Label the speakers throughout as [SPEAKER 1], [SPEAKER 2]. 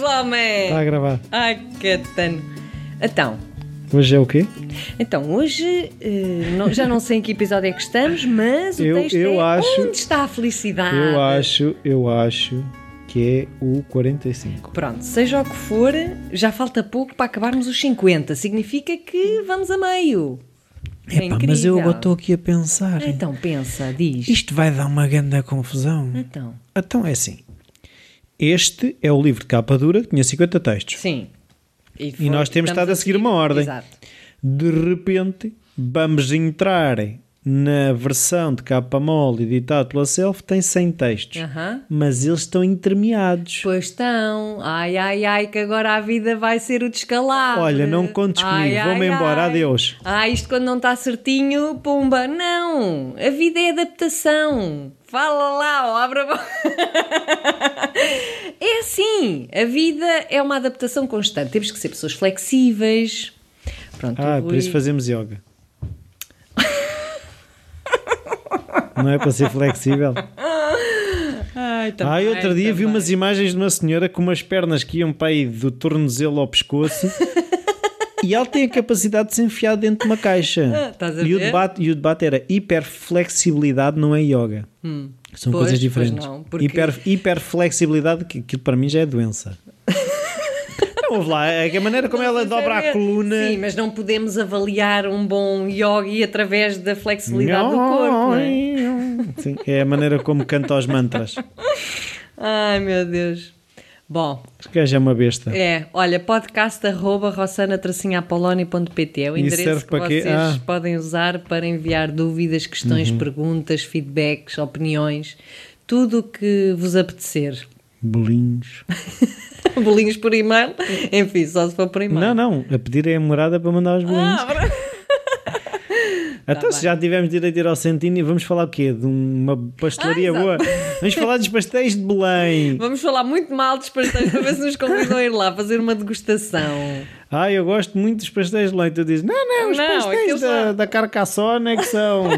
[SPEAKER 1] homem!
[SPEAKER 2] Está a gravar.
[SPEAKER 1] Ai, catano. Então,
[SPEAKER 2] Hoje é o quê?
[SPEAKER 1] então hoje, eh, não- já não sei em que episódio é que estamos, mas o
[SPEAKER 2] Eu-
[SPEAKER 1] texto
[SPEAKER 2] eu
[SPEAKER 1] é
[SPEAKER 2] acho-
[SPEAKER 1] Onde está a felicidade?
[SPEAKER 2] Eu acho, eu acho que é o 45.
[SPEAKER 1] Pronto, seja o que for, já falta pouco para acabarmos os 50. Significa que vamos a meio. É
[SPEAKER 3] Epá, mas eu agora estou aqui a pensar.
[SPEAKER 1] Então pensa, diz.
[SPEAKER 3] Isto vai dar uma grande confusão.
[SPEAKER 1] Então,
[SPEAKER 3] Então é assim. Este é o livro de capa dura que tinha 50 textos.
[SPEAKER 1] sim. foi-
[SPEAKER 3] E nós
[SPEAKER 1] estamos
[SPEAKER 3] temos estado a seguir uma ordem.
[SPEAKER 1] Exato.
[SPEAKER 3] De repente, vamos entrar na versão de capa mole editada pela Self, tem 100 textos.
[SPEAKER 1] Aham.
[SPEAKER 3] Mas eles estão intermeados.
[SPEAKER 1] Pois estão. Ai, ai, ai, que agora a vida vai ser o descalabro.
[SPEAKER 3] Olha, não contes comigo, vou-me embora, adeus.
[SPEAKER 1] Ah, isto quando não está certinho, pumba. Não, a vida é adaptação. Fala lá, ó, abre a boca. É assim, a vida é uma adaptação constante. Temos que ser pessoas flexíveis. Pronto,
[SPEAKER 3] Ah,
[SPEAKER 1] o
[SPEAKER 3] por
[SPEAKER 1] Rui-
[SPEAKER 3] isso fazemos yoga. Não é para ser flexível.
[SPEAKER 1] Ai, também,
[SPEAKER 3] Ah, outro dia vi
[SPEAKER 1] também.
[SPEAKER 3] umas imagens de uma senhora com umas pernas que iam para aí do tornozelo ao pescoço e ela tem a capacidade de se enfiar dentro de uma caixa.
[SPEAKER 1] Ah, Estás a
[SPEAKER 3] e, O
[SPEAKER 1] ver?
[SPEAKER 3] debate, e o debate era hiperflexibilidade não é yoga. São
[SPEAKER 1] Hum. Pois,
[SPEAKER 3] coisas
[SPEAKER 1] pois
[SPEAKER 3] diferentes.
[SPEAKER 1] não, porque-
[SPEAKER 3] Hiper- hiperflexibilidade, que aquilo para mim já é doença. não, ouve lá, é que a maneira como ela dobra a
[SPEAKER 1] Sinceramente,
[SPEAKER 3] coluna.
[SPEAKER 1] Sim, mas não podemos avaliar um bom yogi através da flexibilidade do corpo, não é?
[SPEAKER 3] Sim, é a maneira como canta os mantras.
[SPEAKER 1] Ai, meu Deus. Bom,
[SPEAKER 3] Este gajo é uma besta.
[SPEAKER 1] é, olha, podcast arroba rossana-apolónia.pt é o
[SPEAKER 3] E serve
[SPEAKER 1] endereço que
[SPEAKER 3] para quê?
[SPEAKER 1] vocês
[SPEAKER 3] Ah. Uhum.
[SPEAKER 1] podem usar para enviar dúvidas, questões, perguntas, feedbacks, opiniões, tudo o que vos apetecer.
[SPEAKER 3] Bolinhos.
[SPEAKER 1] Bolinhos por e-mail? Enfim, só se for por e-mail.
[SPEAKER 3] Não, não, a pedir é a morada para mandar os bolinhos.
[SPEAKER 1] Ah, tá bra-
[SPEAKER 3] então, se já tivemos direito a ir ao Centini, vamos falar o quê? De um- uma pastelaria
[SPEAKER 1] Ah,
[SPEAKER 3] boa?
[SPEAKER 1] exato.
[SPEAKER 3] Vamos falar dos pastéis de Belém.
[SPEAKER 1] Vamos falar muito mal dos pastéis para ver se nos convidam a ir lá fazer uma degustação.
[SPEAKER 3] Ah, eu gosto muito dos pastéis de Belém. Tu dizes, não, não, os
[SPEAKER 1] Não,
[SPEAKER 3] pastéis
[SPEAKER 1] aqueles
[SPEAKER 3] da,
[SPEAKER 1] lá.
[SPEAKER 3] da Carcassonne é que são.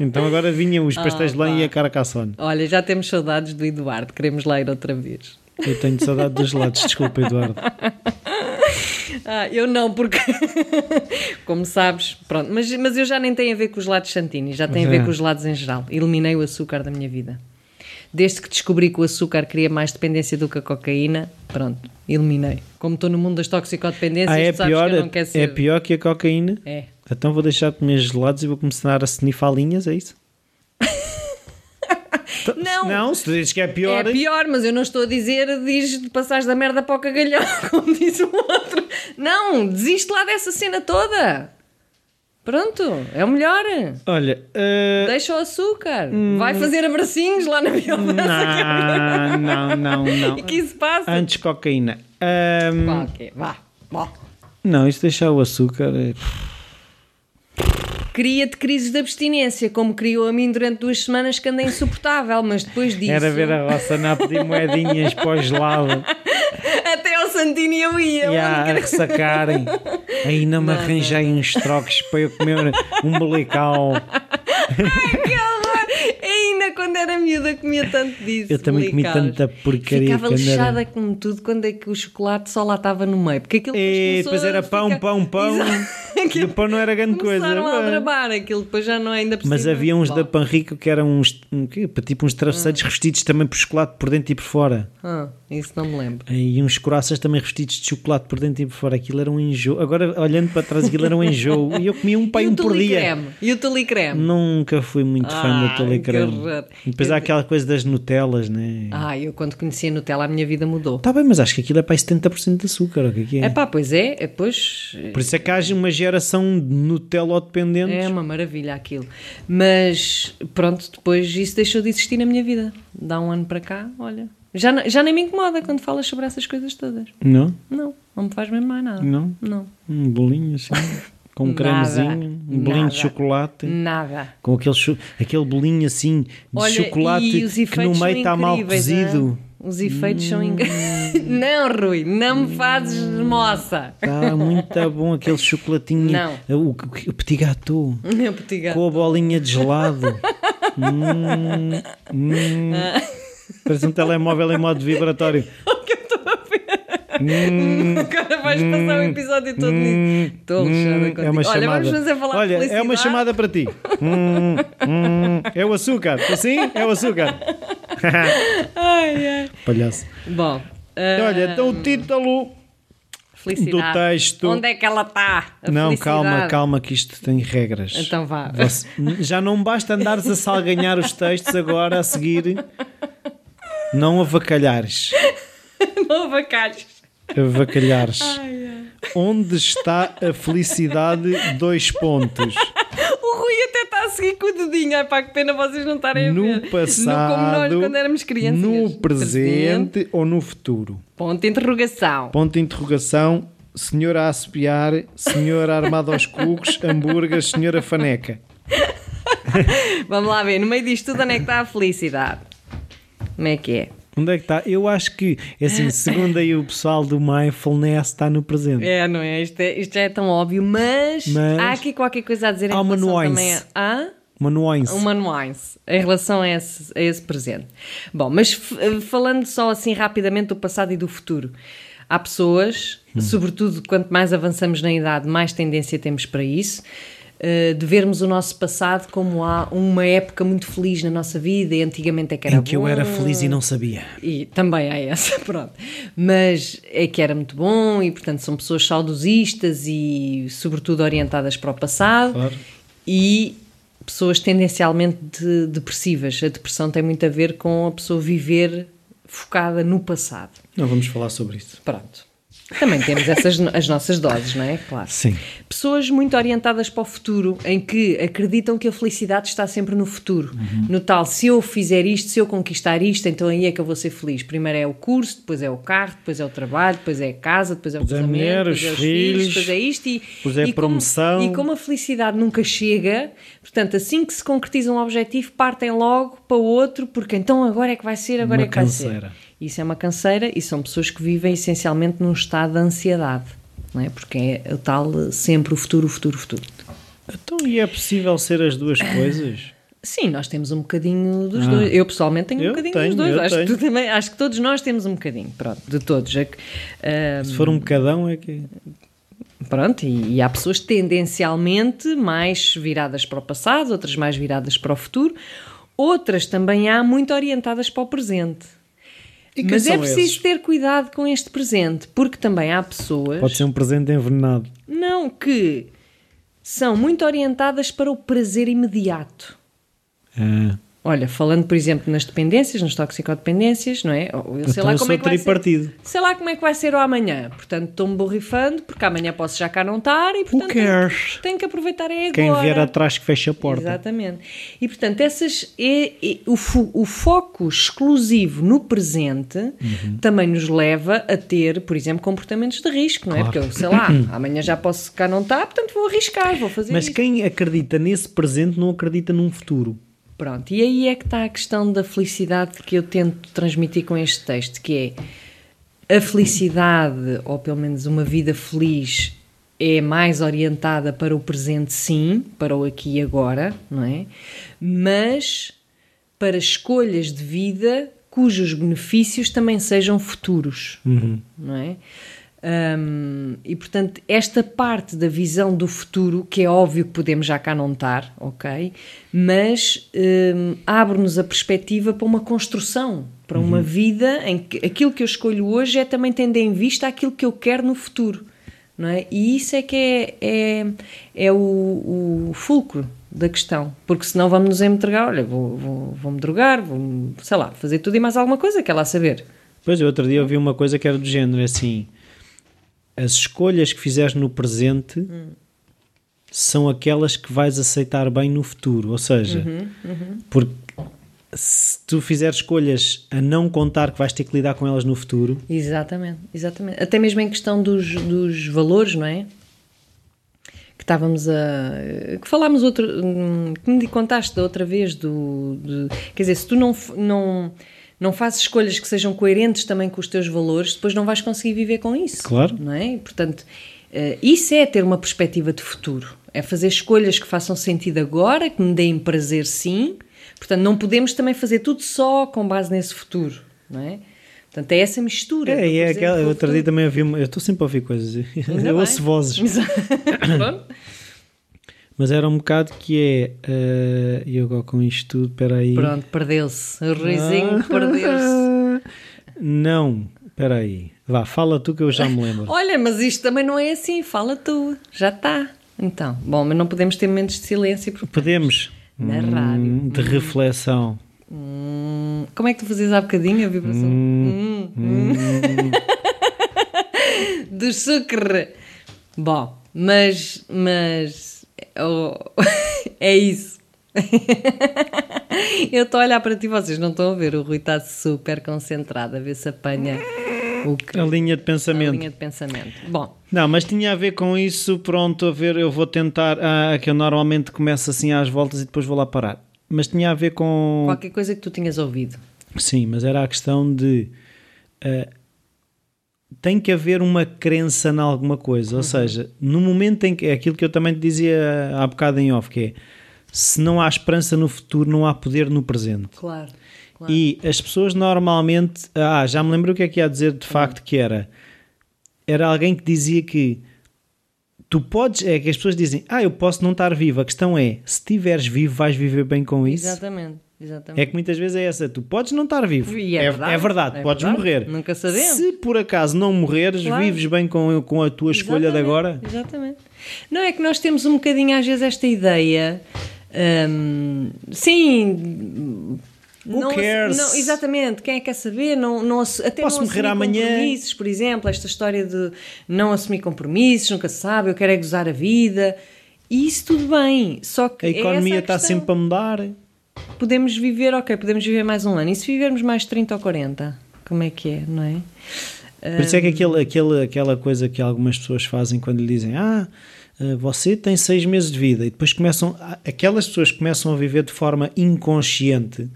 [SPEAKER 3] então agora vinham
[SPEAKER 1] Ah,
[SPEAKER 3] os pastéis de Belém e a Carcassonne.
[SPEAKER 1] Olha, já temos saudades do Eduardo, queremos lá ir outra vez.
[SPEAKER 3] Eu tenho saudade dos lados, desculpa, Eduardo.
[SPEAKER 1] Ah, eu não, porque como sabes, pronto, mas, mas eu já nem tenho a ver com os lados Santini, já tem a ver
[SPEAKER 3] É.
[SPEAKER 1] com os lados em geral. Eliminei o açúcar da minha vida. Desde que descobri que o açúcar cria mais dependência do que a cocaína, pronto, eliminei. Como estou no mundo das toxicodependências,
[SPEAKER 3] Ah, é
[SPEAKER 1] tu sabes
[SPEAKER 3] pior,
[SPEAKER 1] que eu não quero ser.
[SPEAKER 3] é pior que a cocaína?
[SPEAKER 1] É.
[SPEAKER 3] Então vou deixar de comer gelados e vou começar a snifar linhas, é isso?
[SPEAKER 1] Não.
[SPEAKER 3] Então, Não, se tu dizes que é
[SPEAKER 1] É
[SPEAKER 3] pior.
[SPEAKER 1] pior, mas eu não estou a dizer, diz de passares da merda para o cagalhão, como diz o outro. Não, desiste lá dessa cena toda. Pronto, é o melhor.
[SPEAKER 3] Olha, eh,
[SPEAKER 1] Deixa o açúcar.
[SPEAKER 3] Hum.
[SPEAKER 1] Vai fazer abracinhos lá na violência.
[SPEAKER 3] Não, não, não, não.
[SPEAKER 1] E que isso passa.
[SPEAKER 3] Antes cocaína. Ahm,
[SPEAKER 1] Vá, ok, vá. vá.
[SPEAKER 3] não, isso deixar o açúcar. é-
[SPEAKER 1] Cria-te crises de abstinência, como criou a mim durante duas semanas, que andei insuportável, mas depois disso.
[SPEAKER 3] Era ver a Rossana a pedir moedinhas para o gelado
[SPEAKER 1] Até ao Santini eu ia.
[SPEAKER 3] e a,
[SPEAKER 1] onde
[SPEAKER 3] a
[SPEAKER 1] quer-
[SPEAKER 3] ressacarem. Aí não me arranjei uns troques para eu comer um bolical.
[SPEAKER 1] Que horror! Ainda quando era miúda comia tanto disso.
[SPEAKER 3] Eu também comi
[SPEAKER 1] bolicaus.
[SPEAKER 3] tanta porcaria
[SPEAKER 1] Ficava
[SPEAKER 3] quando era-
[SPEAKER 1] lixada como tudo quando é que o chocolate só lá estava no meio. Porque aquilo
[SPEAKER 3] E
[SPEAKER 1] começou
[SPEAKER 3] depois
[SPEAKER 1] a
[SPEAKER 3] era pão,
[SPEAKER 1] ficar-
[SPEAKER 3] pão, pão.
[SPEAKER 1] Exato.
[SPEAKER 3] E o
[SPEAKER 1] Aquilo-
[SPEAKER 3] pão não era grande coisa.
[SPEAKER 1] Começaram a
[SPEAKER 3] Mas-
[SPEAKER 1] aldrabar aquilo, depois já não é ainda
[SPEAKER 3] Mas
[SPEAKER 1] possível.
[SPEAKER 3] havia uns
[SPEAKER 1] Bom.
[SPEAKER 3] da Panrico que eram uns, um quê? tipo uns travesseiros
[SPEAKER 1] Hum.
[SPEAKER 3] revestidos também por chocolate por dentro e por fora.
[SPEAKER 1] Ah, isso não me lembro.
[SPEAKER 3] E uns coraças também revestidos de chocolate por dentro e por fora. Aquilo era um enjoo. Agora, olhando para trás, aquilo era um enjoo. E eu comia um pai
[SPEAKER 1] e
[SPEAKER 3] um
[SPEAKER 1] o
[SPEAKER 3] por dia. Hum.
[SPEAKER 1] Tulicreme? E o Tulicreme?
[SPEAKER 3] Nunca fui muito fã do
[SPEAKER 1] Ah, que
[SPEAKER 3] telecreme.
[SPEAKER 1] horror.
[SPEAKER 3] E Depois há aquela coisa das Nutelas, né?
[SPEAKER 1] Ah, eu quando conheci a Nutella a minha vida mudou.
[SPEAKER 3] Tá bem, mas acho que aquilo é para aí 70% de açúcar. O que é que é?
[SPEAKER 1] É pá, pois é, é, pois
[SPEAKER 3] Por isso é que há uma geração de Nutelodependentes.
[SPEAKER 1] é uma maravilha aquilo. Mas pronto, depois isso deixou de existir na minha vida. Dá um ano para cá, olha. Já, n- já nem me incomoda quando falas sobre essas coisas todas.
[SPEAKER 3] Não?
[SPEAKER 1] Não, não me faz mesmo mais nada.
[SPEAKER 3] Não?
[SPEAKER 1] Não.
[SPEAKER 3] Um bolinho assim, com um
[SPEAKER 1] Nada.
[SPEAKER 3] cremezinho, um bolinho
[SPEAKER 1] Nada.
[SPEAKER 3] de chocolate.
[SPEAKER 1] Nada.
[SPEAKER 3] Com aquele, cho- aquele bolinho assim de
[SPEAKER 1] Olha, e
[SPEAKER 3] chocolate
[SPEAKER 1] os
[SPEAKER 3] que no
[SPEAKER 1] efeitos
[SPEAKER 3] meio
[SPEAKER 1] são
[SPEAKER 3] está mal
[SPEAKER 1] incríveis, é? hã?
[SPEAKER 3] cozido. Hum.
[SPEAKER 1] Os efeitos são incríveis. não, Rui, não me fazes moça.
[SPEAKER 3] Está Tá muito bom aquele chocolatinho. É
[SPEAKER 1] Não.
[SPEAKER 3] O, o- o petit gâteau.
[SPEAKER 1] Meu petigato.
[SPEAKER 3] Com a bolinha de gelado. hum, hum. Parece um telemóvel em modo vibratório.
[SPEAKER 1] Ah,
[SPEAKER 3] Hum.
[SPEAKER 1] O que eu estou a ver? Agora vais passar o episódio todo nisso. Estou alexada
[SPEAKER 3] Hum,
[SPEAKER 1] contigo.
[SPEAKER 3] é uma
[SPEAKER 1] Olha,
[SPEAKER 3] chamada.
[SPEAKER 1] vamos fazer falar
[SPEAKER 3] Olha,
[SPEAKER 1] de felicidade.
[SPEAKER 3] é uma chamada para ti. Hum, hum, é o açúcar. Assim? É o açúcar.
[SPEAKER 1] Ai, ai.
[SPEAKER 3] Palhaço.
[SPEAKER 1] Bom. ah,
[SPEAKER 3] Olha, então o título.
[SPEAKER 1] felicidade.
[SPEAKER 3] do texto-
[SPEAKER 1] Onde é que ela está? A
[SPEAKER 3] Não, calma,
[SPEAKER 1] felicidade.
[SPEAKER 3] calma, que isto tem regras.
[SPEAKER 1] Então vá.
[SPEAKER 3] Você- Já não basta andares a salganhar os textos agora a seguir. Não avacalhares.
[SPEAKER 1] Não avacalhes.
[SPEAKER 3] Avacalhares. Onde está a felicidade? Dois pontos.
[SPEAKER 1] O Rui até está a seguir com o dedinho. Ai pá, que pena vocês não estarem a ver.
[SPEAKER 3] No passado,
[SPEAKER 1] No, como nós quando éramos crianças.
[SPEAKER 3] no presente ou no futuro?
[SPEAKER 1] Ponto de interrogação.
[SPEAKER 3] Ponto de interrogação. Senhora a assobiar, senhora armada aos cucos, hambúrgueres, senhora faneca.
[SPEAKER 1] Vamos lá ver. No meio disto tudo, onde é que está a felicidade? Como é que é?
[SPEAKER 3] Onde é que está? Eu acho que, é assim, segundo aí o pessoal do Mindfulness, está no presente.
[SPEAKER 1] É, não é? Isto, é- isto já é tão óbvio, mas,
[SPEAKER 3] Mas-
[SPEAKER 1] há aqui qualquer coisa a dizer em
[SPEAKER 3] Há uma
[SPEAKER 1] relação
[SPEAKER 3] nuance.
[SPEAKER 1] também a... Hã?
[SPEAKER 3] Uma nuance.
[SPEAKER 1] Uma nuance Um em relação a esse, a esse presente. Bom, mas f- eh, falando só assim rapidamente do passado e do futuro, há pessoas,
[SPEAKER 3] Hum.
[SPEAKER 1] sobretudo quanto mais avançamos na idade, mais tendência temos para isso. eh, de vermos o nosso passado como há uma época muito feliz na nossa vida e antigamente é que era
[SPEAKER 3] Em que eu era
[SPEAKER 1] bom.
[SPEAKER 3] feliz e não sabia.
[SPEAKER 1] E também há essa, pronto. Mas é que era muito bom e, portanto, são pessoas saudosistas e, sobretudo, orientadas para o passado.
[SPEAKER 3] Claro.
[SPEAKER 1] E pessoas tendencialmente de- depressivas. A depressão tem muito a ver com a pessoa viver focada no passado.
[SPEAKER 3] Não vamos falar sobre isso.
[SPEAKER 1] Pronto. Também temos essas no- as nossas doses, não é? Claro.
[SPEAKER 3] Sim.
[SPEAKER 1] Pessoas muito orientadas para o futuro, em que acreditam que a felicidade está sempre no futuro.
[SPEAKER 3] Uhum.
[SPEAKER 1] No tal, se eu fizer isto, se eu conquistar isto, então aí é que eu vou ser feliz. Primeiro é o curso, depois é o carro, depois é o trabalho, depois é a casa, depois é o
[SPEAKER 3] Depois é a
[SPEAKER 1] casamento,
[SPEAKER 3] mulher,
[SPEAKER 1] depois
[SPEAKER 3] os
[SPEAKER 1] é os
[SPEAKER 3] filhos,
[SPEAKER 1] filhos, depois é isto e,
[SPEAKER 3] depois é a
[SPEAKER 1] e como-
[SPEAKER 3] promoção.
[SPEAKER 1] e como a felicidade nunca chega, portanto, assim que se concretiza um objetivo, partem logo para outro, porque então agora é que vai ser, agora
[SPEAKER 3] Uma
[SPEAKER 1] é que vai
[SPEAKER 3] canseira.
[SPEAKER 1] ser. Isso é uma canseira e são pessoas que vivem essencialmente num estado de ansiedade, não é? Porque é o tal eh, sempre o futuro, o futuro, o futuro.
[SPEAKER 3] Então, e é possível ser as duas coisas?
[SPEAKER 1] Sim, nós temos um bocadinho dos
[SPEAKER 3] Ah.
[SPEAKER 1] dois. Eu pessoalmente tenho
[SPEAKER 3] Eu
[SPEAKER 1] um bocadinho
[SPEAKER 3] tenho,
[SPEAKER 1] dos dois.
[SPEAKER 3] eu
[SPEAKER 1] Acho que,
[SPEAKER 3] tenho.
[SPEAKER 1] tu também, acho que todos nós temos um bocadinho, pronto, de todos. Já que, ah,
[SPEAKER 3] Se for um bocadão, é que.
[SPEAKER 1] Pronto, e, e há pessoas tendencialmente mais viradas para o passado, outras mais viradas para o futuro, outras também há muito orientadas para o presente.
[SPEAKER 3] E quem
[SPEAKER 1] Mas é
[SPEAKER 3] são
[SPEAKER 1] preciso
[SPEAKER 3] esses?
[SPEAKER 1] ter cuidado com este presente, porque também há pessoas
[SPEAKER 3] Pode ser um presente envenenado.
[SPEAKER 1] não que são muito orientadas para o prazer imediato.
[SPEAKER 3] Ah.
[SPEAKER 1] Olha, falando, por exemplo, nas dependências, nas toxicodependências, não é? Ou Eu sei
[SPEAKER 3] Então
[SPEAKER 1] lá
[SPEAKER 3] eu
[SPEAKER 1] como
[SPEAKER 3] sou
[SPEAKER 1] é que vai ser.
[SPEAKER 3] tripartido.
[SPEAKER 1] Sei lá como é que vai ser o amanhã. Portanto, estou-me borrifando, porque amanhã posso já cá não estar e, portanto, tenho
[SPEAKER 3] cares?
[SPEAKER 1] que, tenho que aproveitar é agora.
[SPEAKER 3] Quem vier atrás que fecha a porta.
[SPEAKER 1] Exatamente. E portanto, essas é, é- o, fo- o foco exclusivo no presente
[SPEAKER 3] Uhum.
[SPEAKER 1] também nos leva a ter, por exemplo, comportamentos de risco, não é? Porque eu, sei lá, amanhã já posso cá não estar, portanto vou arriscar, vou fazer
[SPEAKER 3] Mas
[SPEAKER 1] isto.
[SPEAKER 3] quem acredita nesse presente não acredita num futuro.
[SPEAKER 1] Pronto, e aí é que está a questão da felicidade que eu tento transmitir com este texto, que é a felicidade, ou pelo menos uma vida feliz, é mais orientada para o presente, sim, para o aqui e agora, não é? Mas para escolhas de vida cujos benefícios também sejam futuros, não é? Hum, e portanto, esta parte da visão do futuro, que é óbvio que podemos já cá não estar, ok? Mas hum, abre-nos a perspectiva para uma construção, para uma vida em que aquilo que eu escolho hoje é também tendo em vista aquilo que eu quero no futuro, não é? E isso é que é, é, é o, o fulcro da questão, porque senão vamos nos entregar, olha, vou, vou, vou-me drogar, vou, sei lá, fazer tudo e mais alguma coisa, quer lá saber.
[SPEAKER 3] Pois, eu outro dia ouvi uma coisa que era do género assim: as escolhas que fizeres no presente são aquelas que vais aceitar bem no futuro. Ou seja,
[SPEAKER 1] Uhum,
[SPEAKER 3] porque se tu fizeres escolhas a não contar que vais ter que lidar com elas no futuro,
[SPEAKER 1] Exatamente, exatamente. Até mesmo em questão dos, dos valores, não é? Que estávamos a. que falámos outro. hum, que me contaste da outra vez do. de- quer dizer, se tu não, f- não, não fazes escolhas que sejam coerentes também com os teus valores, depois não vais conseguir viver com isso.
[SPEAKER 3] Claro.
[SPEAKER 1] Não é? E, Portanto, eh, isso é ter uma perspectiva de futuro. É fazer escolhas que façam sentido agora, que me deem prazer, sim. Portanto, não podemos também fazer tudo só com base nesse futuro, não é? Portanto, é essa mistura.
[SPEAKER 3] É,
[SPEAKER 1] do
[SPEAKER 3] e é
[SPEAKER 1] presente
[SPEAKER 3] aquela.
[SPEAKER 1] com o
[SPEAKER 3] Eu outro dia
[SPEAKER 1] futuro.
[SPEAKER 3] também ouvi. uma- Eu estou sempre a ouvir coisas.
[SPEAKER 1] Ainda
[SPEAKER 3] eu ouço
[SPEAKER 1] bem.
[SPEAKER 3] vozes.
[SPEAKER 1] Pronto.
[SPEAKER 3] Mas era um bocado que é. eh, e eu agora com isto tudo, peraí.
[SPEAKER 1] Pronto, perdeu-se. O Ruizinho perdeu-se.
[SPEAKER 3] Não, peraí. Vá, fala tu que eu já me lembro.
[SPEAKER 1] Olha, mas isto também não é assim. Fala tu. Já está. Então, bom, mas não podemos ter momentos de silêncio. Porque...
[SPEAKER 3] Podemos. Hum,
[SPEAKER 1] Na rádio.
[SPEAKER 3] De reflexão.
[SPEAKER 1] Hum, Como é que tu fazias há bocadinho a vibração? Hum, hum. Do sucre. Bom, mas. Mas. oh, é isso. Eu estou a olhar para ti, vocês não estão a ver. O Rui está super concentrado a ver se apanha o que,
[SPEAKER 3] A linha de
[SPEAKER 1] a
[SPEAKER 3] pensamento.
[SPEAKER 1] linha de pensamento. Bom,
[SPEAKER 3] Não, mas tinha a ver com isso, pronto, a ver, eu vou tentar, ah, que eu normalmente começo assim às voltas e depois vou lá parar. Mas tinha a ver com...
[SPEAKER 1] qualquer coisa que tu tinhas ouvido.
[SPEAKER 3] Sim, mas era a questão de... ah, tem que haver uma crença em alguma coisa,
[SPEAKER 1] Uhum.
[SPEAKER 3] ou seja, no momento em que... É aquilo que eu também te dizia há bocado em off, que é... Se não há esperança no futuro, não há poder no presente.
[SPEAKER 1] Claro.
[SPEAKER 3] E as pessoas normalmente. Ah, já me lembro o que é que ia dizer
[SPEAKER 1] Hum.
[SPEAKER 3] de facto que era. Era alguém que dizia que tu podes. É que as pessoas dizem, ah, eu posso não estar vivo. A questão é, se estiveres vivo, vais viver bem com isso.
[SPEAKER 1] Exatamente. Exatamente.
[SPEAKER 3] É que muitas vezes é essa, tu podes não estar vivo.
[SPEAKER 1] E é verdade,
[SPEAKER 3] verdade,
[SPEAKER 1] é
[SPEAKER 3] podes
[SPEAKER 1] verdade.
[SPEAKER 3] morrer.
[SPEAKER 1] Nunca sabemos.
[SPEAKER 3] Se por acaso não morreres,
[SPEAKER 1] Claro.
[SPEAKER 3] vives bem com, com a tua escolha de
[SPEAKER 1] Exatamente,
[SPEAKER 3] agora.
[SPEAKER 1] Exatamente. Não é que nós temos um bocadinho às vezes esta ideia. hum, sim.
[SPEAKER 3] Who
[SPEAKER 1] não, ass-
[SPEAKER 3] cares?
[SPEAKER 1] não, exatamente, quem é que quer saber? Não, não, ass- até
[SPEAKER 3] Posso
[SPEAKER 1] não
[SPEAKER 3] morrer
[SPEAKER 1] assumir
[SPEAKER 3] amanhã.
[SPEAKER 1] compromissos, por exemplo, esta história de não assumir compromissos, nunca se sabe, eu quero é gozar a vida. E isso tudo bem, só que
[SPEAKER 3] A
[SPEAKER 1] é essa
[SPEAKER 3] economia está
[SPEAKER 1] questão.
[SPEAKER 3] sempre a mudar.
[SPEAKER 1] Podemos viver, ok, podemos viver mais um ano. E se vivermos mais 30 ou 40? Como é que é, não é?
[SPEAKER 3] Por isso é que
[SPEAKER 1] Hum.
[SPEAKER 3] aquele, aquele, aquela coisa que algumas pessoas fazem quando lhe dizem ah, eh, você tem seis meses de vida e depois começam, a- aquelas pessoas começam a viver de forma inconsciente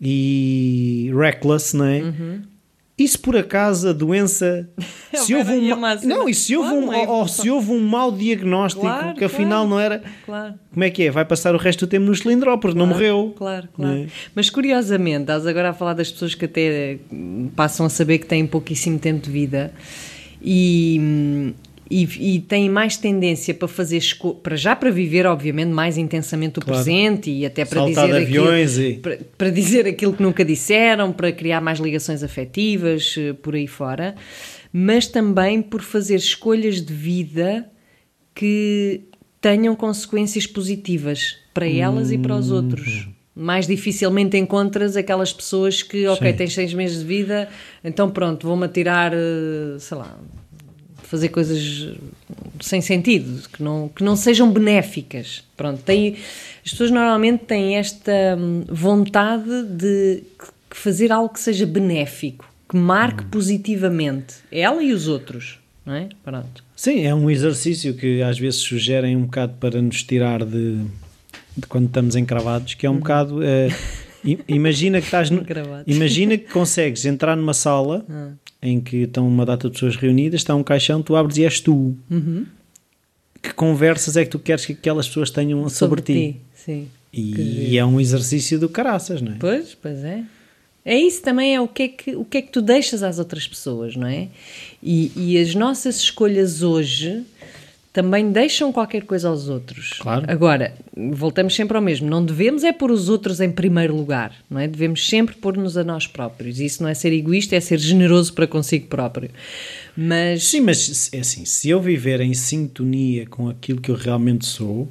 [SPEAKER 3] e reckless, não é?
[SPEAKER 1] Uhum.
[SPEAKER 3] E se por acaso a doença se
[SPEAKER 1] Houver
[SPEAKER 3] houve
[SPEAKER 1] aí
[SPEAKER 3] um,
[SPEAKER 1] uma assim,
[SPEAKER 3] ma- não, e se houve
[SPEAKER 1] claro,
[SPEAKER 3] um,
[SPEAKER 1] não é?
[SPEAKER 3] ou, ou se houve um mau diagnóstico
[SPEAKER 1] Claro,
[SPEAKER 3] que afinal
[SPEAKER 1] claro.
[SPEAKER 3] não era,
[SPEAKER 1] Claro.
[SPEAKER 3] como é que é? Vai passar o resto do tempo no cilindro porque não morreu.
[SPEAKER 1] Claro, claro.
[SPEAKER 3] Né?
[SPEAKER 1] Mas curiosamente, estás agora a falar das pessoas que até hum, passam a saber que têm pouquíssimo tempo de vida e, hum, e, e têm mais tendência para fazer esco- para já para viver, obviamente, mais intensamente o
[SPEAKER 3] Claro.
[SPEAKER 1] presente e até para
[SPEAKER 3] Saltar
[SPEAKER 1] dizer
[SPEAKER 3] de aviões
[SPEAKER 1] aquilo,
[SPEAKER 3] e-
[SPEAKER 1] para, para dizer aquilo que nunca disseram, para criar mais ligações afetivas eh, por aí fora, mas também por fazer escolhas de vida que tenham consequências positivas para elas e para os outros. Mais dificilmente encontras aquelas pessoas que, ok,
[SPEAKER 3] Sim.
[SPEAKER 1] tens seis meses de vida, então pronto, vou-me atirar, eh, sei lá, fazer coisas sem sentido, que não, que não sejam benéficas. Pronto, tem, as pessoas normalmente têm esta hum, vontade de que- fazer algo que seja benéfico, que marque
[SPEAKER 3] Hum.
[SPEAKER 1] positivamente ela e os outros, não é? Pronto.
[SPEAKER 3] Sim, é um exercício que às vezes sugerem um bocado para nos tirar de, de quando estamos encravados, que é um bocado. eh, i- imagina que estás. no-
[SPEAKER 1] Uhum. Encravados. Ah.
[SPEAKER 3] imagina que consegues entrar numa sala em que estão uma data de pessoas reunidas, está um caixão, tu abres e és tu.
[SPEAKER 1] Uhum.
[SPEAKER 3] Que conversas é que tu queres que aquelas pessoas tenham sobre, ti?
[SPEAKER 1] Sim. Que
[SPEAKER 3] E,
[SPEAKER 1] giro.
[SPEAKER 3] é um exercício do caraças, não é?
[SPEAKER 1] Pois, pois é. É isso também, é o que é que, o que, é que tu deixas às outras pessoas, não é? E, e as nossas escolhas hoje também deixam qualquer coisa aos outros.
[SPEAKER 3] Claro.
[SPEAKER 1] Agora, voltamos sempre ao mesmo, não devemos é pôr os outros em primeiro lugar, não é? Devemos sempre pôr-nos a nós próprios. Isso não é ser egoísta, é ser generoso para consigo próprio. Mas
[SPEAKER 3] Sim, mas se- é assim, se eu viver em sintonia com aquilo que eu realmente sou,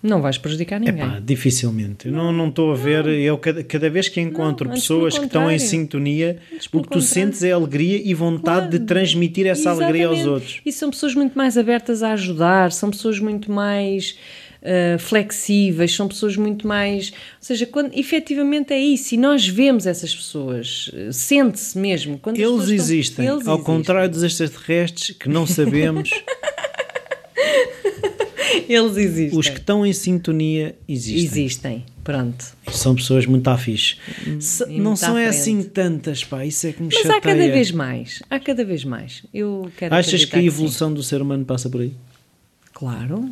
[SPEAKER 1] não vais prejudicar ninguém.
[SPEAKER 3] Epá, dificilmente. Eu Não não estou a ver. Eu cada, cada vez que encontro
[SPEAKER 1] antes pelo
[SPEAKER 3] pessoas que estão em
[SPEAKER 1] contrário.
[SPEAKER 3] sintonia,
[SPEAKER 1] Antes
[SPEAKER 3] o
[SPEAKER 1] pelo
[SPEAKER 3] que tu
[SPEAKER 1] contrário.
[SPEAKER 3] sentes é alegria e vontade de
[SPEAKER 1] Claro.
[SPEAKER 3] transmitir essa alegria aos
[SPEAKER 1] Exatamente.
[SPEAKER 3] outros.
[SPEAKER 1] E são pessoas muito mais abertas a ajudar, são pessoas muito mais ah, flexíveis, são pessoas muito mais. Ou seja, quando, efetivamente é isso. E nós vemos essas pessoas, eh, sente-se mesmo. Quando as
[SPEAKER 3] Eles
[SPEAKER 1] pessoas estão-
[SPEAKER 3] existem,
[SPEAKER 1] eles
[SPEAKER 3] ao
[SPEAKER 1] existem.
[SPEAKER 3] contrário dos extraterrestres que não sabemos,
[SPEAKER 1] Eles existem.
[SPEAKER 3] os que estão em sintonia existem.
[SPEAKER 1] existem. Pronto.
[SPEAKER 3] São pessoas muito afixes. Se-
[SPEAKER 1] e
[SPEAKER 3] Não
[SPEAKER 1] muito à
[SPEAKER 3] são é
[SPEAKER 1] frente.
[SPEAKER 3] assim tantas, pá, isso é que me
[SPEAKER 1] Mas
[SPEAKER 3] chateia.
[SPEAKER 1] há cada vez mais. Há cada vez mais. Eu quero
[SPEAKER 3] Achas
[SPEAKER 1] acreditar
[SPEAKER 3] que a
[SPEAKER 1] sim.
[SPEAKER 3] evolução do ser humano passa por aí?
[SPEAKER 1] Claro.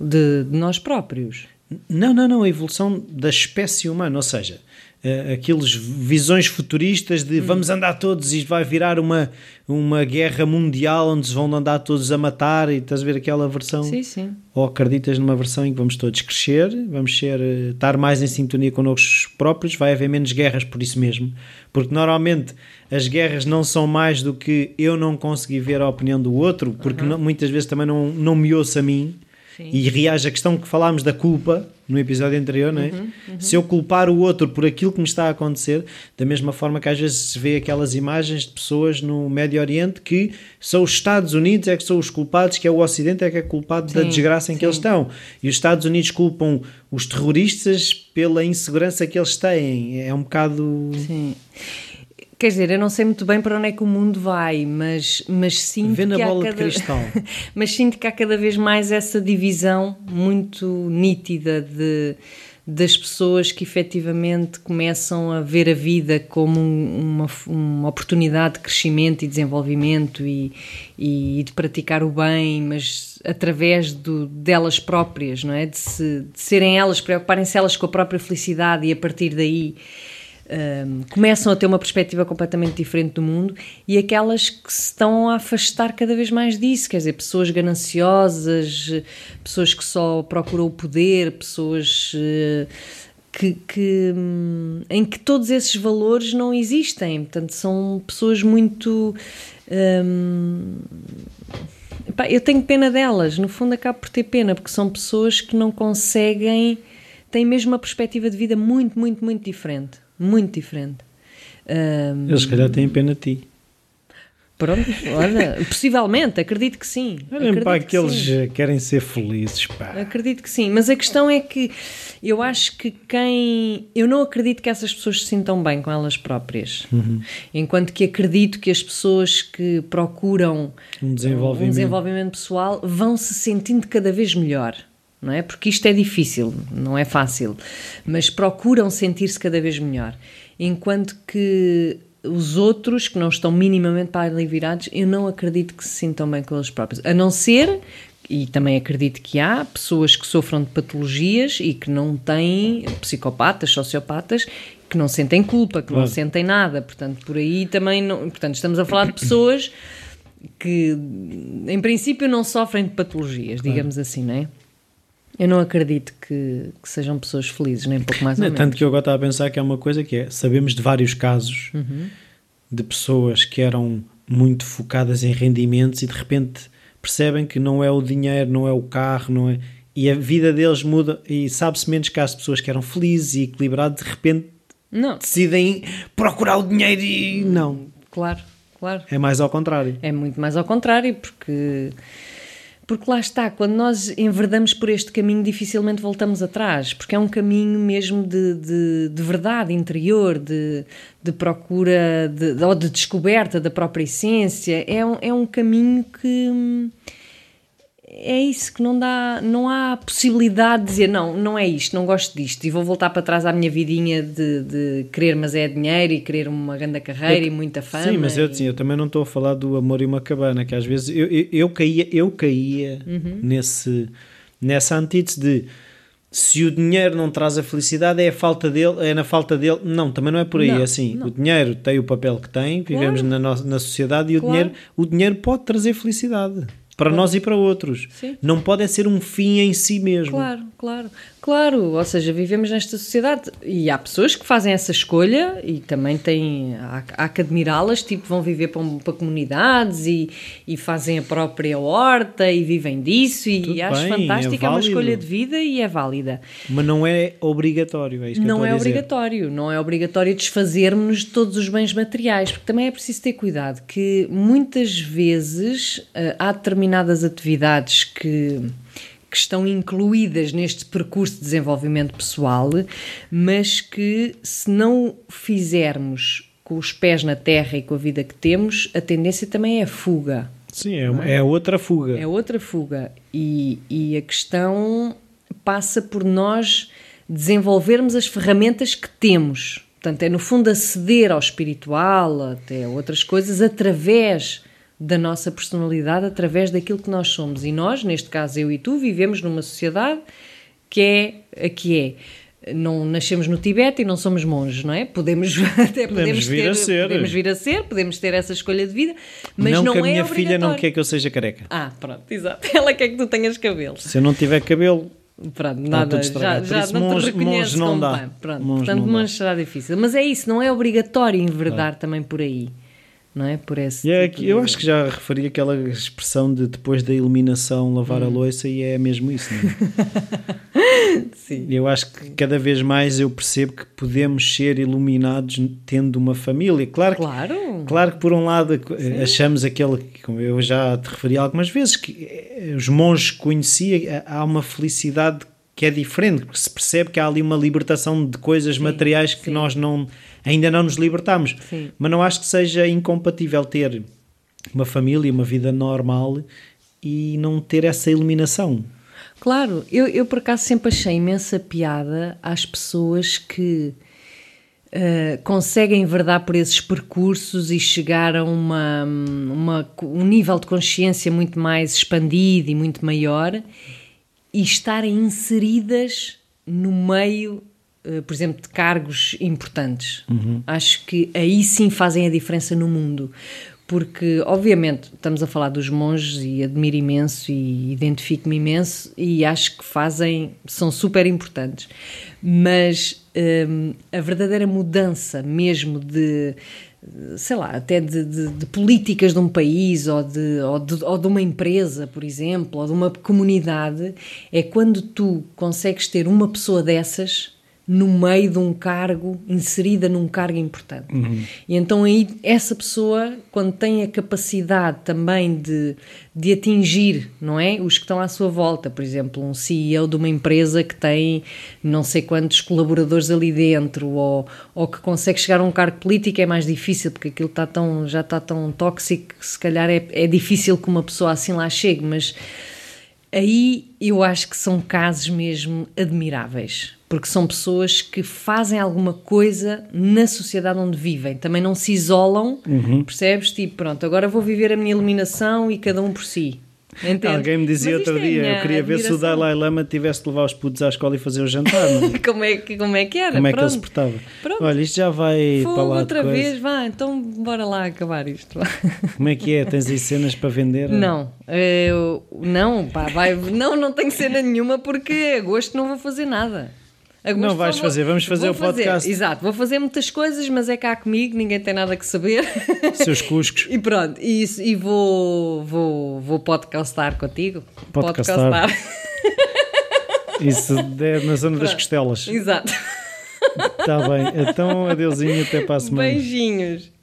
[SPEAKER 1] De, de nós próprios.
[SPEAKER 3] Não, não, não, a evolução da espécie humana, ou seja, eh, aqueles visões futuristas de vamos andar todos e vai virar uma, uma guerra mundial onde se vão andar todos a matar e estás a ver aquela versão
[SPEAKER 1] Sim, sim.
[SPEAKER 3] ou acreditas numa versão em que vamos todos crescer, vamos ser, eh, estar mais em sintonia connosco próprios, vai haver menos guerras por isso mesmo. Porque normalmente as guerras não são mais do que eu não consegui ver a opinião do outro, porque não- muitas vezes também não, não me ouço a mim
[SPEAKER 1] Sim.
[SPEAKER 3] e reage à questão que falámos da culpa no episódio anterior, não é?
[SPEAKER 1] Uhum,
[SPEAKER 3] Se eu culpar o outro por aquilo que me está a acontecer, da mesma forma que às vezes se vê aquelas imagens de pessoas no Médio Oriente que são os Estados Unidos é que são os culpados, que é o Ocidente é que é culpado da
[SPEAKER 1] Sim,
[SPEAKER 3] desgraça em que
[SPEAKER 1] sim.
[SPEAKER 3] eles estão. E os Estados Unidos culpam os terroristas pela insegurança que eles têm. É um bocado
[SPEAKER 1] Sim. Quer dizer, eu não sei muito bem para onde é que o mundo vai, mas, mas sinto
[SPEAKER 3] Vê na
[SPEAKER 1] que há
[SPEAKER 3] bola de
[SPEAKER 1] cada...
[SPEAKER 3] cristal.
[SPEAKER 1] mas sinto que há cada vez mais essa divisão muito nítida de, das pessoas que efetivamente começam a ver a vida como um- uma, f- uma oportunidade de crescimento e desenvolvimento e, e de praticar o bem, mas através do, delas próprias, não é? De, se, de serem elas, preocuparem-se elas com a própria felicidade e a partir daí hum, começam a ter uma perspectiva completamente diferente do mundo e aquelas que se estão a afastar cada vez mais disso, quer dizer, pessoas gananciosas, pessoas que só procuram o poder, pessoas eh, que, que, hum, em que todos esses valores não existem, portanto são pessoas muito hum, Epá, eu tenho pena delas, no fundo acabo por ter pena, porque são pessoas que não conseguem, têm mesmo uma perspectiva de vida muito, muito, muito diferente. Muito diferente. Ahm,
[SPEAKER 3] Eles se calhar têm pena de ti.
[SPEAKER 1] pronto, olha, possivelmente, acredito que sim.
[SPEAKER 3] Olhem
[SPEAKER 1] acredito
[SPEAKER 3] para
[SPEAKER 1] que
[SPEAKER 3] aqueles
[SPEAKER 1] sim.
[SPEAKER 3] que eh, querem ser felizes, pá.
[SPEAKER 1] Acredito que sim, mas a questão é que eu acho que quem. Eu não acredito que essas pessoas se sintam bem com elas próprias. Enquanto que acredito que as pessoas que procuram
[SPEAKER 3] Um desenvolvimento.
[SPEAKER 1] um desenvolvimento pessoal vão se sentindo cada vez melhor. Não é? Porque isto é difícil, não é fácil, mas procuram sentir-se cada vez melhor. Enquanto que os outros que não estão minimamente para ali virados, eu não acredito que se sintam bem com eles próprios. A não ser, e também acredito que há, pessoas que sofram de patologias e que não têm, psicopatas, sociopatas, que não sentem culpa, que não
[SPEAKER 3] Claro.
[SPEAKER 1] sentem nada. Portanto, por aí também não. Portanto, estamos a falar de pessoas que em princípio não sofrem de patologias, digamos assim, não é? Eu não acredito que, que sejam pessoas felizes, nem um pouco mais
[SPEAKER 3] Não,
[SPEAKER 1] ou menos.
[SPEAKER 3] Né, tanto que eu agora estava a pensar que é uma coisa que é, sabemos de vários casos de pessoas que eram muito focadas em rendimentos e de repente percebem que não é o dinheiro, não é o carro, não é e a vida deles muda e sabe-se menos que há pessoas que eram felizes e equilibradas de repente
[SPEAKER 1] Não,
[SPEAKER 3] decidem procurar o dinheiro e não,
[SPEAKER 1] claro, claro.
[SPEAKER 3] é mais ao contrário.
[SPEAKER 1] É muito mais ao contrário, porque, porque lá está, quando nós enverdamos por este caminho, dificilmente voltamos atrás, porque é um caminho mesmo de, de, de verdade interior, de, de procura de, de- ou de descoberta da própria essência. É um, é um caminho que. hum, é isso que não dá, não há possibilidade de dizer não, não é isto, não gosto disto e vou voltar para trás à minha vidinha de, de querer, mas é dinheiro e querer uma grande carreira e muita fama.
[SPEAKER 3] Sim, mas eu,
[SPEAKER 1] e-
[SPEAKER 3] sim, eu também não estou a falar do amor e uma cabana, que às vezes eu, eu, eu caía, eu caía
[SPEAKER 1] Uhum.
[SPEAKER 3] nesse, nessa antítese de se o dinheiro não traz a felicidade, é a falta dele, é na falta dele. Não, também não é por aí.
[SPEAKER 1] Não,
[SPEAKER 3] é assim,
[SPEAKER 1] não.
[SPEAKER 3] o dinheiro tem o papel que tem, vivemos na, nossa, na sociedade e
[SPEAKER 1] Claro.
[SPEAKER 3] o, dinheiro, o dinheiro pode trazer felicidade para nós e para outros.
[SPEAKER 1] Sim.
[SPEAKER 3] Não pode é ser um fim em si mesmo.
[SPEAKER 1] Claro, claro, claro. Ou seja, vivemos nesta sociedade e há pessoas que fazem essa escolha e também têm há, há que admirá-las, tipo vão viver para, um- para comunidades e, e fazem a própria horta e vivem disso e
[SPEAKER 3] Tudo
[SPEAKER 1] acho
[SPEAKER 3] bem, é
[SPEAKER 1] fantástico, é, uma
[SPEAKER 3] válido.
[SPEAKER 1] escolha de vida e é válida.
[SPEAKER 3] Mas não é obrigatório, é isso que eu
[SPEAKER 1] Não
[SPEAKER 3] estou
[SPEAKER 1] é
[SPEAKER 3] a dizer.
[SPEAKER 1] obrigatório, não é obrigatório desfazermos de todos os bens materiais, porque também é preciso ter cuidado que muitas vezes ah, há determinadas atividades que, que estão incluídas neste percurso de desenvolvimento pessoal, mas que se não fizermos com os pés na terra e com a vida que temos, a tendência também é a fuga.
[SPEAKER 3] Sim, é, uma- é outra fuga.
[SPEAKER 1] É outra fuga. E, e a questão passa por nós desenvolvermos as ferramentas que temos. Portanto, é no fundo aceder ao espiritual, até a outras coisas, através da nossa personalidade, através daquilo que nós somos. E nós, neste caso eu e tu, vivemos numa sociedade que é a que é. não nascemos no Tibete e não somos monges, não é? Podemos até podemos,
[SPEAKER 3] vir
[SPEAKER 1] ter,
[SPEAKER 3] a ser.
[SPEAKER 1] podemos vir a ser, podemos ter essa escolha de vida, mas
[SPEAKER 3] não,
[SPEAKER 1] não,
[SPEAKER 3] que a
[SPEAKER 1] é
[SPEAKER 3] minha filha não
[SPEAKER 1] obrigatório.
[SPEAKER 3] quer que eu seja careca.
[SPEAKER 1] Ah, pronto, exato. Ela quer que tu tenhas cabelos.
[SPEAKER 3] Se eu não tiver cabelo,
[SPEAKER 1] Pronto, nada,
[SPEAKER 3] tudo
[SPEAKER 1] já,
[SPEAKER 3] estragado.
[SPEAKER 1] já
[SPEAKER 3] Por isso,
[SPEAKER 1] não
[SPEAKER 3] monge-
[SPEAKER 1] te reconheces
[SPEAKER 3] monge não
[SPEAKER 1] como
[SPEAKER 3] dá.
[SPEAKER 1] pai. Pronto,
[SPEAKER 3] Monge
[SPEAKER 1] portanto,
[SPEAKER 3] não dá.
[SPEAKER 1] monge será difícil. Mas é isso, não é obrigatório enverdar também por aí, não é? Por esse
[SPEAKER 3] E é
[SPEAKER 1] tipo
[SPEAKER 3] que-
[SPEAKER 1] de-
[SPEAKER 3] eu acho que já referi aquela expressão de depois da iluminação lavar
[SPEAKER 1] Hum.
[SPEAKER 3] a louça e é mesmo isso. Não é?
[SPEAKER 1] Sim.
[SPEAKER 3] Eu acho que cada vez mais eu percebo que podemos ser iluminados tendo uma família. Claro que,
[SPEAKER 1] Claro.
[SPEAKER 3] claro que por um lado eh, achamos aquele que como eu já te referi algumas vezes que eh, os monges que conhecia eh, há uma felicidade que é diferente, porque se percebe que há ali uma libertação de coisas materiais que
[SPEAKER 1] sim.
[SPEAKER 3] nós não ainda não nos libertamos.
[SPEAKER 1] Sim.
[SPEAKER 3] Mas não acho que seja incompatível ter uma família, uma vida normal e não ter essa iluminação.
[SPEAKER 1] Claro, eu, eu por acaso sempre achei imensa piada às pessoas que eh, conseguem verdar por esses percursos e chegar a uma, uma- um nível de consciência muito mais expandido e muito maior e estarem inseridas no meio, eh, por exemplo, de cargos importantes. Acho que aí sim fazem a diferença no mundo. Porque, obviamente, estamos a falar dos monges e admiro imenso e identifico-me imenso e acho que fazem, são super importantes. Mas hum, a verdadeira mudança mesmo de, sei lá, até de, de- de políticas de um país ou de, ou, de, ou de uma empresa, por exemplo, ou de uma comunidade, é quando tu consegues ter uma pessoa dessas no meio de um cargo, inserida num cargo importante. E então aí essa pessoa, quando tem a capacidade também de, de atingir, não é? Os que estão à sua volta, por exemplo, um CEO de uma empresa que tem não sei quantos colaboradores ali dentro, ou, ou que consegue chegar a um cargo político é mais difícil, porque aquilo está tão, já está tão tóxico que se calhar é, é difícil que uma pessoa assim lá chegue, mas Aí eu acho que são casos mesmo admiráveis, porque são pessoas que fazem alguma coisa na sociedade onde vivem, também não se isolam,
[SPEAKER 3] Uhum.
[SPEAKER 1] percebes? Tipo, pronto, agora vou viver a minha iluminação e cada um por si. Entende?
[SPEAKER 3] Alguém me dizia
[SPEAKER 1] Mas isto
[SPEAKER 3] outro
[SPEAKER 1] é a
[SPEAKER 3] dia, eu
[SPEAKER 1] minha
[SPEAKER 3] queria ver se o
[SPEAKER 1] admiração.
[SPEAKER 3] Dalai Lama tivesse de levar os putos à escola e fazer o jantar. Mas
[SPEAKER 1] como é que como é que era?
[SPEAKER 3] como é que ele
[SPEAKER 1] pronto.
[SPEAKER 3] se portava?
[SPEAKER 1] Pronto.
[SPEAKER 3] Olha, isto já vai para
[SPEAKER 1] Fogo
[SPEAKER 3] lá de
[SPEAKER 1] outra
[SPEAKER 3] coisa.
[SPEAKER 1] vez, vá, então bora lá acabar isto. vá.
[SPEAKER 3] Como é que é? Tens aí cenas para vender?
[SPEAKER 1] Não, eu, não, pá, vai, não, não tenho cena nenhuma porque a gosto não vou fazer nada. A gosto
[SPEAKER 3] Não
[SPEAKER 1] só
[SPEAKER 3] vais
[SPEAKER 1] vou-
[SPEAKER 3] fazer, vamos fazer
[SPEAKER 1] vou
[SPEAKER 3] o podcast.
[SPEAKER 1] Exato, vou fazer muitas coisas, mas é cá comigo, ninguém tem nada que saber.
[SPEAKER 3] Seus cuscos.
[SPEAKER 1] E pronto, e, isso- e vou, vou, vou podcastar contigo.
[SPEAKER 3] Podcastar. Isso é na zona das costelas.
[SPEAKER 1] Exato.
[SPEAKER 3] Está bem. Então, adeusinho, até para a semana.
[SPEAKER 1] Beijinhos.